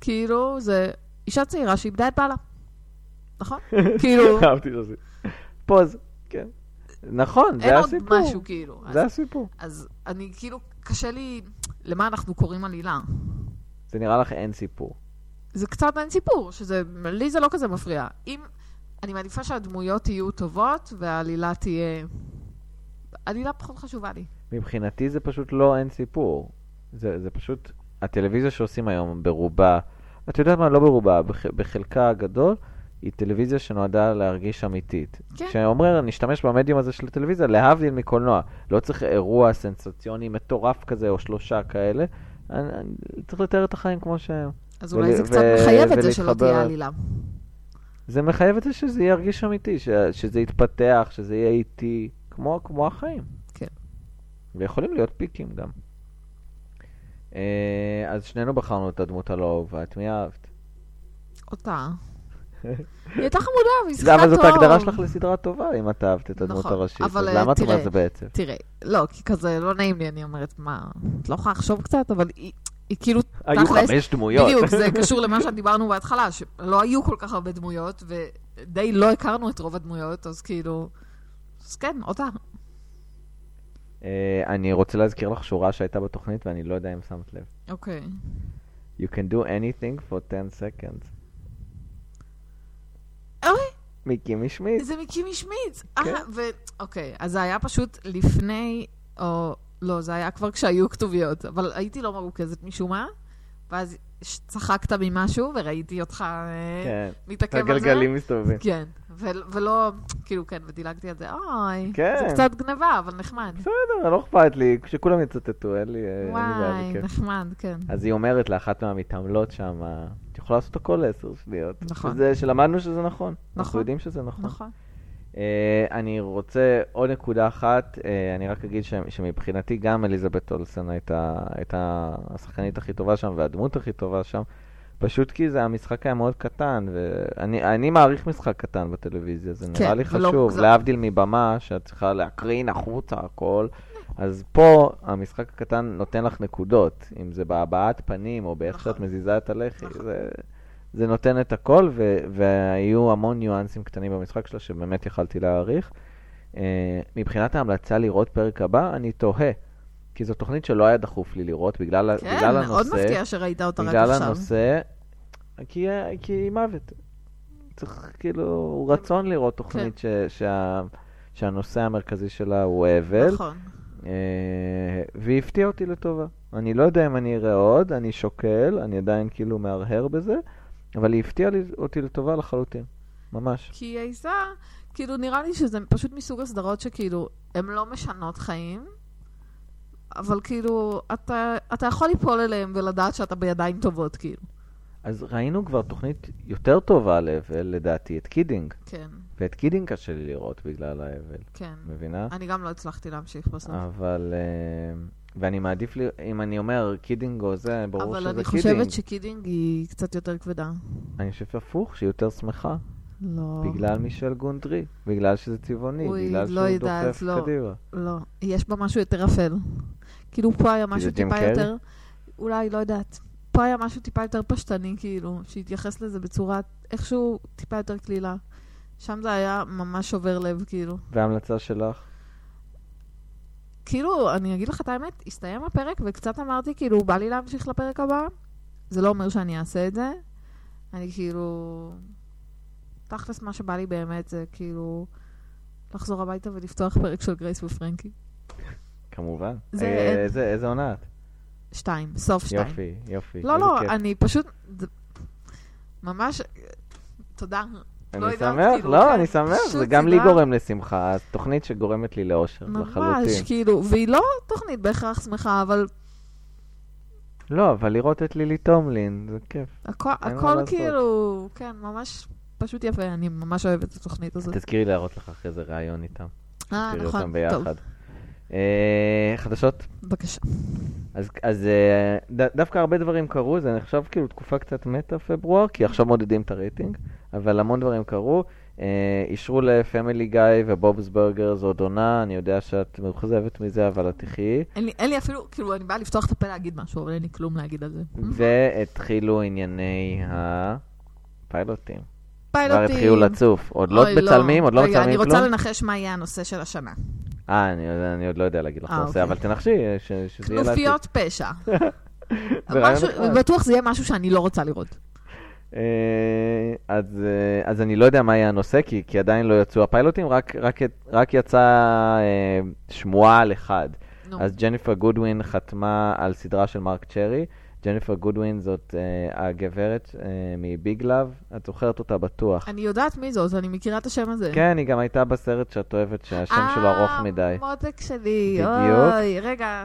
Speaker 3: כאילו, זה אישה צעירה שאיבדה את בעלה. נכון?
Speaker 2: [LAUGHS]
Speaker 3: כאילו,
Speaker 2: אהבתי את זה. פוז, כן. נכון,
Speaker 3: אין
Speaker 2: זה
Speaker 3: עוד
Speaker 2: הסיפור.
Speaker 3: משהו, כאילו. אז
Speaker 2: זה הסיפור.
Speaker 3: אז אני כאילו, קשה לי, למה אנחנו קוראים עלילה?
Speaker 2: זה נראה לך אין סיפור.
Speaker 3: זה קצת אין סיפור, שזה, לי זה לא כזה מפריע. אם, אני מעדיפה שהדמויות יהיו טובות והעלילה תהיה... עלילה פחות חשובה לי.
Speaker 2: מבחינתי זה פשוט לא אין סיפור. זה, זה פשוט, הטלוויזיה שעושים היום ברובה, את יודעת מה, לא ברובה, בח, בחלקה הגדול, היא טלוויזיה שנועדה להרגיש אמיתית.
Speaker 3: כן.
Speaker 2: כשאומר, נשתמש במדיום הזה של הטלוויזיה, להבדיל מקולנוע. לא צריך אירוע סנסציוני מטורף כזה, או שלושה כאלה. אני, אני צריך לתאר את החיים כמו שהם.
Speaker 3: אז
Speaker 2: ול-
Speaker 3: אולי זה
Speaker 2: ו-
Speaker 3: קצת מחייב את זה שלא
Speaker 2: ולהתחבר.
Speaker 3: תהיה עלילה.
Speaker 2: זה מחייב את זה שזה ירגיש אמיתי, ש... שזה יתפתח, שזה יהיה איטי, כמו, כמו החיים.
Speaker 3: כן.
Speaker 2: ויכולים להיות פיקים גם. אה, אז שנינו בחרנו את הדמות הלא אהובה, את מי אהבת?
Speaker 3: אותה. היא הייתה חמודה,
Speaker 2: [LAUGHS]
Speaker 3: והיא שיחקה טוב.
Speaker 2: למה זאת ההגדרה שלך לסדרה טובה, אם את אהבת את הדמות
Speaker 3: נכון,
Speaker 2: הראשית?
Speaker 3: אבל,
Speaker 2: אז
Speaker 3: אה,
Speaker 2: למה את
Speaker 3: תראה.
Speaker 2: אומרת זה בעצם?
Speaker 3: תראה, לא, כי כזה לא נעים לי, אני אומרת, מה, את לא יכולה לחשוב קצת? אבל היא היא כאילו
Speaker 2: היו
Speaker 3: תכלס,
Speaker 2: חמש דמויות.
Speaker 3: בדיוק, זה קשור למה שדיברנו בהתחלה, שלא היו כל כך הרבה דמויות, ודי לא הכרנו את רוב הדמויות, אז כאילו... אז כן, אותה.
Speaker 2: אה, אני רוצה להזכיר לך שורה שהייתה בתוכנית, ואני לא יודע אם שמת לב.
Speaker 3: אוקיי.
Speaker 2: You can do anything for 10 seconds.
Speaker 3: אוי,
Speaker 2: מיקי משמיץ.
Speaker 3: זה מקימי שמיץ.
Speaker 2: כן.
Speaker 3: אה, ו... אוקיי, אז זה היה פשוט לפני, או... לא, זה היה כבר כשהיו כתוביות, אבל הייתי לא מרוכזת משום מה, ואז ש- צחקת ממשהו, וראיתי אותך אה,
Speaker 2: כן.
Speaker 3: מתעכב על זה.
Speaker 2: הגלגלים מסתובבים.
Speaker 3: כן, ו- ולא, כאילו, כן, ודילגתי על זה, אוי,
Speaker 2: כן.
Speaker 3: זה קצת גניבה, אבל נחמד.
Speaker 2: בסדר, לא אכפת לי, כשכולם יצטטו, אין לי אין לי בעיה.
Speaker 3: וואי,
Speaker 2: זה כיף.
Speaker 3: נחמד, כן.
Speaker 2: אז היא אומרת לאחת מהמתעמלות שם, את יכולה לעשות הכל לעשר שניות.
Speaker 3: נכון.
Speaker 2: שזה, שלמדנו שזה נכון. אנחנו
Speaker 3: נכון.
Speaker 2: יודעים שזה נכון.
Speaker 3: נכון.
Speaker 2: אה, אני רוצה עוד נקודה אחת, אה, אני רק אגיד ש- שמבחינתי גם אליזבת אולסן הייתה, הייתה השחקנית הכי טובה שם והדמות הכי טובה שם, פשוט כי זה המשחק היה מאוד קטן, ואני אני מעריך משחק קטן בטלוויזיה, זה נראה
Speaker 3: כן,
Speaker 2: לי
Speaker 3: ולא-
Speaker 2: חשוב,
Speaker 3: זה-
Speaker 2: להבדיל מבמה שאת צריכה להקרין החוצה הכל, אז פה המשחק הקטן נותן לך נקודות, אם זה בהבעת פנים או באיך
Speaker 3: נכון.
Speaker 2: שאת מזיזה את הלחי,
Speaker 3: נכון.
Speaker 2: זה... זה נותן את הכל, ו- והיו המון ניואנסים קטנים במשחק שלה שבאמת יכלתי להעריך. Uh, מבחינת ההמלצה לראות פרק הבא, אני תוהה, כי זו תוכנית שלא היה דחוף לי לראות בגלל, ה- בגלל
Speaker 3: כן,
Speaker 2: הנושא.
Speaker 3: מאוד מפתיע שראית אותה רק
Speaker 2: בגלל
Speaker 3: עכשיו.
Speaker 2: הנושא, כי, כי היא מוות. צריך כאילו רצון לראות תוכנית ש, שה, שהנושא המרכזי שלה הוא אבל.
Speaker 3: כן. נכון.
Speaker 2: אה, והיא הפתיעה אותי לטובה. אני לא יודע אם אני אראה עוד, אני שוקל, אני עדיין כאילו מהרהר בזה, אבל היא הפתיעה לי- אותי לטובה לחלוטין. ממש.
Speaker 3: כי היא הייתה, כאילו, נראה לי שזה פשוט מסוג הסדרות שכאילו, הן לא משנות חיים, אבל כאילו, אתה, אתה יכול ליפול אליהן ולדעת שאתה בידיים טובות, כאילו.
Speaker 2: אז ראינו כבר תוכנית יותר טובה על אבל, לדעתי, את קידינג.
Speaker 3: כן,
Speaker 2: ואת קידינג קשה לי לראות בגלל האבל,
Speaker 3: כן.
Speaker 2: מבינה?
Speaker 3: אני גם לא הצלחתי להמשיך בסוף.
Speaker 2: אבל... אה, ואני מעדיף, לי, אם אני אומר קידינג או זה, ברור
Speaker 3: אבל
Speaker 2: שזה
Speaker 3: אני
Speaker 2: קידינג.
Speaker 3: חושבת שקידינג היא קצת יותר כבדה.
Speaker 2: אני חושב הפוך, שהיא יותר שמחה.
Speaker 3: לא.
Speaker 2: בגלל מישל גונדרי, בגלל שזה צבעוני,
Speaker 3: אוי,
Speaker 2: בגלל
Speaker 3: לא
Speaker 2: שהוא
Speaker 3: יודעת,
Speaker 2: דוחף
Speaker 3: לא.
Speaker 2: קדיבה.
Speaker 3: לא. יש בה משהו יותר אפל. כאילו, פה היה משהו
Speaker 2: זה ג'ים
Speaker 3: טיפה
Speaker 2: קרי?
Speaker 3: יותר... אולי, לא יודעת. פה היה משהו טיפה יותר פשטני, כאילו, שהתייחס לזה בצורה איכשהו טיפה יותר קלילה. שם זה היה ממש שובר לב, כאילו.
Speaker 2: וההמלצה שלך?
Speaker 3: כאילו, אני אגיד לך את האמת, הסתיים הפרק וקצת אמרתי, כאילו, בא לי להמשיך לפרק הבא. זה לא אומר שאני אעשה את זה. אני כאילו... תכלס, מה שבא לי באמת זה כאילו לחזור הביתה ולפתוח פרק של גרייס ופרנקי.
Speaker 2: כמובן.
Speaker 3: זה-
Speaker 2: אה, איזה- איזה עונה את?
Speaker 3: שתיים, סוף שתיים.
Speaker 2: יופי, יופי.
Speaker 3: לא,
Speaker 2: איזה
Speaker 3: לא,
Speaker 2: אוקיי, כיף.
Speaker 3: אני פשוט... זה- ממש... תודה. לא
Speaker 2: אני
Speaker 3: יודעת,
Speaker 2: שמח,
Speaker 3: כאילו,
Speaker 2: לא,
Speaker 3: כן,
Speaker 2: אני שמח,
Speaker 3: פשוט
Speaker 2: זה גם לי
Speaker 3: סדרה-
Speaker 2: גורם לשמחה, אז תוכנית שגורמת לי לאושר,
Speaker 3: ממש,
Speaker 2: לא, לחלוטין.
Speaker 3: כאילו, והיא לא תוכנית בהכרח שמחה, אבל
Speaker 2: לא, אבל לראות את לילי טומלין, זה כיף.
Speaker 3: הכל,
Speaker 2: אין מה
Speaker 3: הכל
Speaker 2: לעשות.
Speaker 3: כאילו, כן, ממש פשוט יפה, אני ממש אוהבת את התוכנית הזאת.
Speaker 2: תזכירי להראות לך אחרי זה ראיון איתם.
Speaker 3: אה,
Speaker 2: תראי אותם
Speaker 3: נכון, טוב,
Speaker 2: ביחד. אה, חדשות?
Speaker 3: בבקשה.
Speaker 2: אז- אז אה, ד- דווקא הרבה דברים קרו, זה נחשב כאילו תקופה קצת מטה פברואר, כי עכשיו מודדים את הרייטינג, אבל המון דברים קרו. אה, אישרו לפמילי גיא ובובס ברגרס עוד עונה, אני יודע שאת מאוכזבת מזה, אבל את תחי.
Speaker 3: אין לי, אין לי אפילו, כאילו, אני באה לפתוח את הפה להגיד משהו, אבל אין לי כלום להגיד על זה.
Speaker 2: והתחילו ענייני הפיילוטים. כבר
Speaker 3: פיילוטים.
Speaker 2: התחילו לצוף. עוד לא
Speaker 3: אוי,
Speaker 2: מצלמים, עוד לא
Speaker 3: רגע,
Speaker 2: מצלמים
Speaker 3: אני רוצה
Speaker 2: כלום.
Speaker 3: לנחש מה יהיה הנושא של השנה.
Speaker 2: אה, אני אני עוד לא יודע להגיד לך
Speaker 3: אה,
Speaker 2: מה זה,
Speaker 3: אוקיי.
Speaker 2: אבל תנחשי, ש- שזה יהיה לעתיד. [LAUGHS]
Speaker 3: כנופיות פשע.
Speaker 2: ברעיון
Speaker 3: משהו-
Speaker 2: אחד.
Speaker 3: בטוח זה יהיה משהו שאני לא רוצה לראות.
Speaker 2: אה, אז, אה, אז אני לא יודע מה יהיה הנושא, כי, כי עדיין לא יצאו הפיילוטים, רק, רק, רק יצאה אה, שמועה על אחד.
Speaker 3: נו,
Speaker 2: אז ג'ניפר גודווין חתמה על סדרה של מרק צ'רי. ג'ניפר גודווין זאת אה, הגברת אה, מביג לאב, את זוכרת אותה בטוח.
Speaker 3: אני יודעת מי זאת, אני מכירה את השם הזה.
Speaker 2: כן, היא גם הייתה בסרט שאת אוהבת, שהשם שלו ארוך מדי.
Speaker 3: אה, מותק שלי,
Speaker 2: בדיוק.
Speaker 3: אוי, רגע.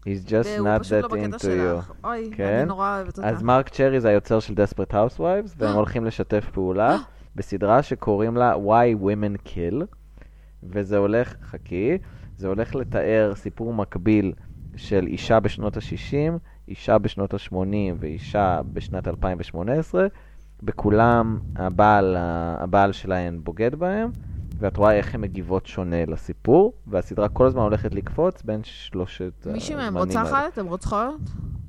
Speaker 2: He's just
Speaker 3: והוא
Speaker 2: not
Speaker 3: פשוט לא
Speaker 2: that
Speaker 3: בקטע
Speaker 2: into you.
Speaker 3: שלך. אוי, אני
Speaker 2: כן.
Speaker 3: נורא אוהבת אותה.
Speaker 2: אז מרק צ'רי זה היוצר של Desperate Housewives,
Speaker 3: אה.
Speaker 2: והם הולכים לשתף פעולה בסדרה שקוראים לה Why Women Kill, וזה הולך, חכי, זה הולך לתאר סיפור מקביל של אישה בשנות ה-60, אישה בשנות ה-80 ואישה בשנת 2018, בכולם הבעל, הבעל שלהן בוגד בהם, ואת רואה איך הן מגיבות שונה לסיפור, והסדרה כל הזמן הולכת לקפוץ בין שלושת
Speaker 3: מישהי
Speaker 2: הזמנים
Speaker 3: מהם
Speaker 2: האלה.
Speaker 3: רוצחת? אתם רוצחות?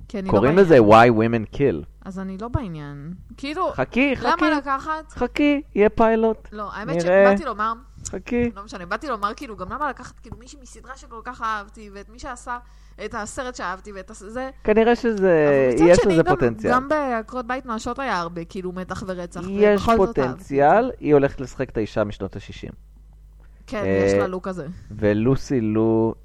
Speaker 3: כי אני לא
Speaker 2: קוראים
Speaker 3: בעניין.
Speaker 2: לזה Why Women Kill.
Speaker 3: אז אני לא בעניין. כאילו,
Speaker 2: חכי, חכי,
Speaker 3: למה לקחת?
Speaker 2: חכי, יהיה פיילוט,
Speaker 3: לא, האמת
Speaker 2: נראה.
Speaker 3: שבאתי לומר,
Speaker 2: חכי.
Speaker 3: לא משנה, באתי לומר כאילו, גם למה לקחת כאילו מישהי מסדרה שכל כך אהבתי, ואת מי שעשה את הסרט שאהבתי, ואת הס- זה,
Speaker 2: כנראה שזה,
Speaker 3: אבל מצד
Speaker 2: אה, יש
Speaker 3: שני,
Speaker 2: לזה
Speaker 3: גם-
Speaker 2: פוטנציאל.
Speaker 3: גם בעקרות בית נואשות היה הרבה, כאילו, מתח ורצח.
Speaker 2: יש
Speaker 3: ובכל זאת אהבתי
Speaker 2: פוטנציאל, היא הולכת לשחק את האישה משנות ה-60.
Speaker 3: את זה. כן,
Speaker 2: אה,
Speaker 3: יש לה לוק כזה.
Speaker 2: ולוסי לו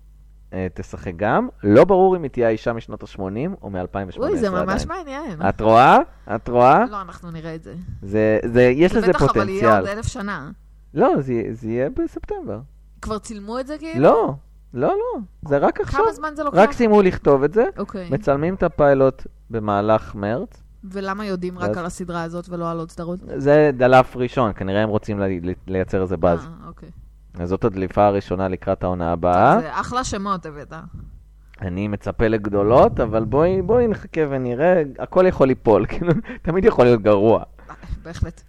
Speaker 2: אה, תשחק גם, לא ברור אם היא תהיה האישה משנות ה-80 או מ-2018
Speaker 3: אוי, זה ממש
Speaker 2: עדיין.
Speaker 3: מעניין.
Speaker 2: את רואה? את רואה?
Speaker 3: לא, אנחנו נראה את זה.
Speaker 2: זה, זה, אה? יש לזה
Speaker 3: בטח, אבל לא יהיה
Speaker 2: פוטנציאל.
Speaker 3: עוד אלף שנה.
Speaker 2: לא, זה, זה יהיה בספטמבר.
Speaker 3: כבר צילמו את זה כאילו?
Speaker 2: לא, לא, לא, זה רק עכשיו.
Speaker 3: כמה זמן זה לוקח?
Speaker 2: רק סיימו לכתוב את זה,
Speaker 3: אוקיי.
Speaker 2: מצלמים את הפיילוט במהלך מרץ.
Speaker 3: ולמה יודעים רק
Speaker 2: ואז-
Speaker 3: על הסדרה הזאת ולא על עוד סדרות?
Speaker 2: זה דלף ראשון, כנראה הם רוצים לי- לי- לייצר איזה באז.
Speaker 3: אה, אוקיי.
Speaker 2: אז זאת הדליפה הראשונה לקראת העונה הבאה.
Speaker 3: טוב, זה אחלה שמות הבאת. אה,
Speaker 2: אני מצפה לגדולות, אבל בואי בואי נחכה ונראה, הכל יכול ליפול, [LAUGHS] כאילו, תמיד יכול להיות גרוע.
Speaker 3: בהחלט.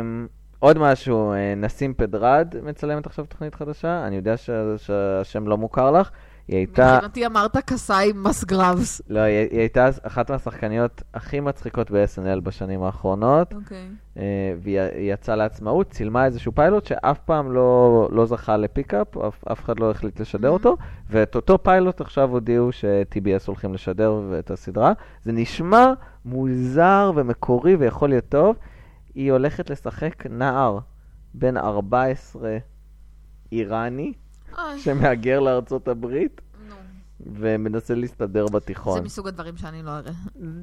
Speaker 2: אמ, עוד משהו, אה, נסים פדרד מצלמת עכשיו תוכנית חדשה, אני יודע שה- שהשם לא מוכר לך. היא הייתה,
Speaker 3: מבחינתי אמרת קסאי מסגרבס.
Speaker 2: לא, היא היא הייתה אחת מהשחקניות הכי מצחיקות ב-SNL בשנים האחרונות.
Speaker 3: אוקיי.
Speaker 2: אה, והיא היא יצאה לעצמאות, צילמה איזשהו פיילוט שאף פעם לא, לא זכה לפיקאפ, אף, אף אחד לא החליט לשדר
Speaker 3: Mhm.
Speaker 2: אותו, ואת אותו פיילוט עכשיו הודיעו ש-TBS הולכים לשדר את הסדרה. זה נשמע מוזר ומקורי ויכול להיות טוב. היא הולכת לשחק נער בן 14 איראני
Speaker 3: אוי,
Speaker 2: שמהגר לארצות הברית
Speaker 3: אה, נו.
Speaker 2: ומנסה להסתדר
Speaker 3: זה
Speaker 2: בתיכון.
Speaker 3: מסוג הדברים שאני לא אראה.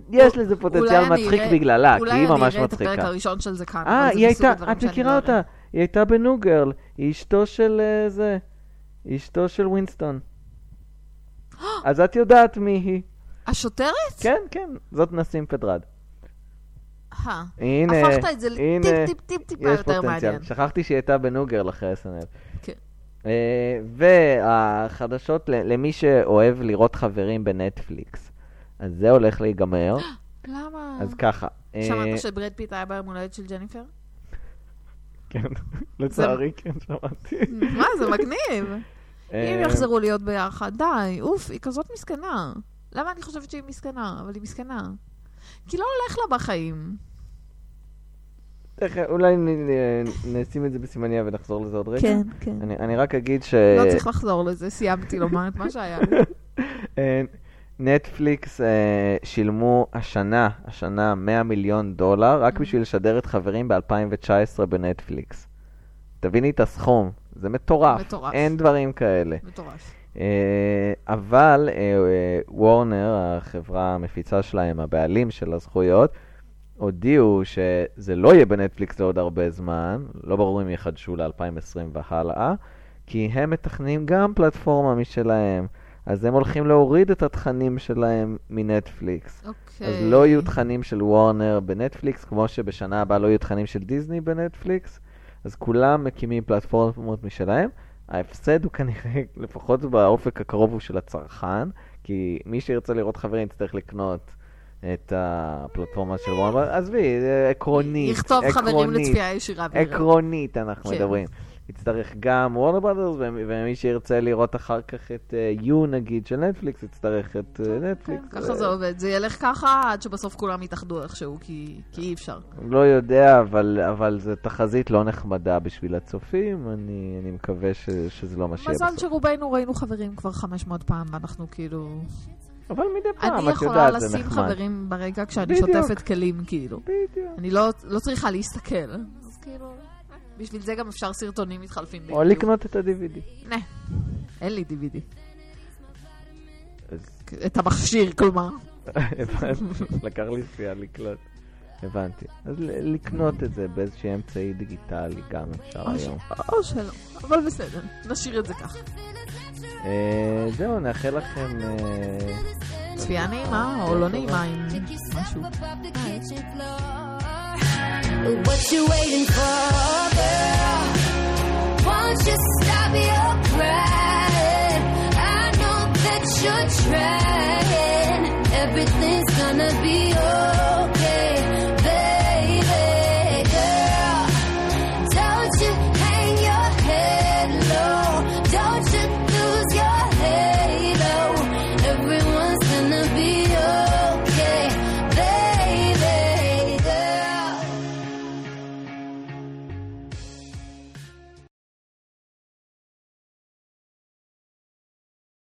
Speaker 2: יש לזה
Speaker 3: אולי
Speaker 2: נכון. פוטנציאל
Speaker 3: אני
Speaker 2: מצחיק
Speaker 3: אראה-
Speaker 2: בגללה, כי היא ממש מצחיקה.
Speaker 3: אולי אני אראה את הפרק הראשון של זה כאן.
Speaker 2: אה,
Speaker 3: אבל זה
Speaker 2: היא
Speaker 3: מסוג
Speaker 2: הייתה,
Speaker 3: הדברים
Speaker 2: את
Speaker 3: שאני
Speaker 2: מכירה
Speaker 3: לא
Speaker 2: אותה,
Speaker 3: אראה.
Speaker 2: היא הייתה בניו גרל, היא אשתו של אה, זה, היא אשתו של
Speaker 3: [GASPS]
Speaker 2: ווינסטון. אז את יודעת מי היא.
Speaker 3: השוטרת?
Speaker 2: כן, כן, זאת נסים פדרד.
Speaker 3: אה.
Speaker 2: הנה,
Speaker 3: הפכת את זה
Speaker 2: הנה,
Speaker 3: לטיפ טיפ טיפ טיפה
Speaker 2: יש
Speaker 3: יותר מעניין.
Speaker 2: פוטנציאל. שכחתי שהיא הייתה בניו גרל אחרי SNL.
Speaker 3: כן.
Speaker 2: אה, והחדשות ל- למי שאוהב לראות חברים בנטפליקס, אז זה הולך
Speaker 3: [GASPS]
Speaker 2: להיגמר,
Speaker 3: למה?
Speaker 2: אז ככה. אה,
Speaker 3: שמעת שברד פיט היה ביום הולדת של ג'ניפר?
Speaker 2: כן, לצערי כן,
Speaker 3: [LAUGHS]
Speaker 2: שמעתי.
Speaker 3: [LAUGHS] מה, זה מגניב. אם
Speaker 2: אה,
Speaker 3: יחזרו להיות ביחד, די, אוף, היא כזאת מסכנה. למה אני חושבת שהיא מסכנה? אבל היא מסכנה. כי לא הולך לה בחיים.
Speaker 2: תכף, אולי נ- נ- נשים את זה בסימניה ונחזור לזה עוד רגע. אה,
Speaker 3: כן.
Speaker 2: אני, אני רק אגיד ש...
Speaker 3: לא צריך לחזור לזה, סיימתי לומר את מה
Speaker 2: [LAUGHS]
Speaker 3: שהיה.
Speaker 2: אה, נטפליקס אה, שילמו השנה, השנה 100 מיליון דולר,
Speaker 3: אה.
Speaker 2: רק בשביל לשדר את חברים ב-2019 בנטפליקס. תביני את הסכום, זה מטורף.
Speaker 3: מטורף.
Speaker 2: אין דברים כאלה.
Speaker 3: מטורף.
Speaker 2: אה, אבל אה, אה, וורנר, החברה המפיצה שלהם, הבעלים של הזכויות, הודיעו שזה לא יהיה בנטפליקס לעוד הרבה זמן, לא ברור אם יחדשו ל-2020 והלאה, כי הם מתכננים גם פלטפורמה משלהם, אז הם הולכים להוריד את התכנים שלהם מנטפליקס.
Speaker 3: אוקיי.
Speaker 2: אז לא יהיו תכנים של וורנר בנטפליקס, כמו שבשנה הבאה לא יהיו תכנים של דיסני בנטפליקס, אז כולם מקימים פלטפורמות משלהם. ההפסד הוא כנראה, [LAUGHS] לפחות באופק הקרוב, הוא של הצרכן, כי מי שירצה לראות חברים יצטרך לקנות את הפלטפורמה של וורנר. עזבי, זה עקרונית,
Speaker 3: לכתוב חברים
Speaker 2: עקרונית.
Speaker 3: לצפייה ישירה. ויראה.
Speaker 2: עקרונית אנחנו
Speaker 3: כן.
Speaker 2: מדברים. יצטרך גם וורנר ברודרס, ומי- ומי שירצה לראות אחר כך את אה, יו נגיד של נטפליקס, יצטרך את אה,
Speaker 3: כן,
Speaker 2: נטפליקס.
Speaker 3: ככה
Speaker 2: אה,
Speaker 3: זה עובד. זה ילך ככה עד שבסוף כולם יתאחדו איכשהו, כי כי אי אפשר.
Speaker 2: לא יודע, אבל, אבל זו תחזית לא נחמדה בשביל הצופים, אני, אני מקווה ש, שזה לא מה שיהיה
Speaker 3: מזל
Speaker 2: בסוף.
Speaker 3: שרובנו ראינו חברים כבר 500 פעם, ואנחנו כאילו
Speaker 2: אה, אבל מדי פעם,
Speaker 3: אני
Speaker 2: את
Speaker 3: יכולה
Speaker 2: יודעת, זה
Speaker 3: לשים
Speaker 2: נחמד.
Speaker 3: חברים ברקע כשאני
Speaker 2: בדיוק.
Speaker 3: שוטפת כלים, כאילו.
Speaker 2: בדיוק.
Speaker 3: אני לא, לא צריכה להסתכל. אז כאילו, בשביל זה גם אפשר סרטונים מתחלפים.
Speaker 2: או
Speaker 3: ביוטיוב.
Speaker 2: לקנות את ה-DVD.
Speaker 3: נה, אין לי DVD.
Speaker 2: אז- [LAUGHS]
Speaker 3: את המכשיר, כלומר.
Speaker 2: הבנתי. לקח לי שנייה לקלוט. הבנתי. אז ל- לקנות את זה באיזשהו אמצעי דיגיטלי גם אפשר
Speaker 3: או ש-
Speaker 2: היום.
Speaker 3: או שלא, אבל בסדר, נשאיר את זה ככה.
Speaker 2: אה, זהו, נאחל לכם... אה,
Speaker 3: צפייה נעימה או לא נעימה עם
Speaker 4: Pick yourself
Speaker 3: משהו.
Speaker 4: up off the kitchen floor. What you waiting for, girl? Won't you stop your crying? I know that you're trying. Everything's gonna be okay.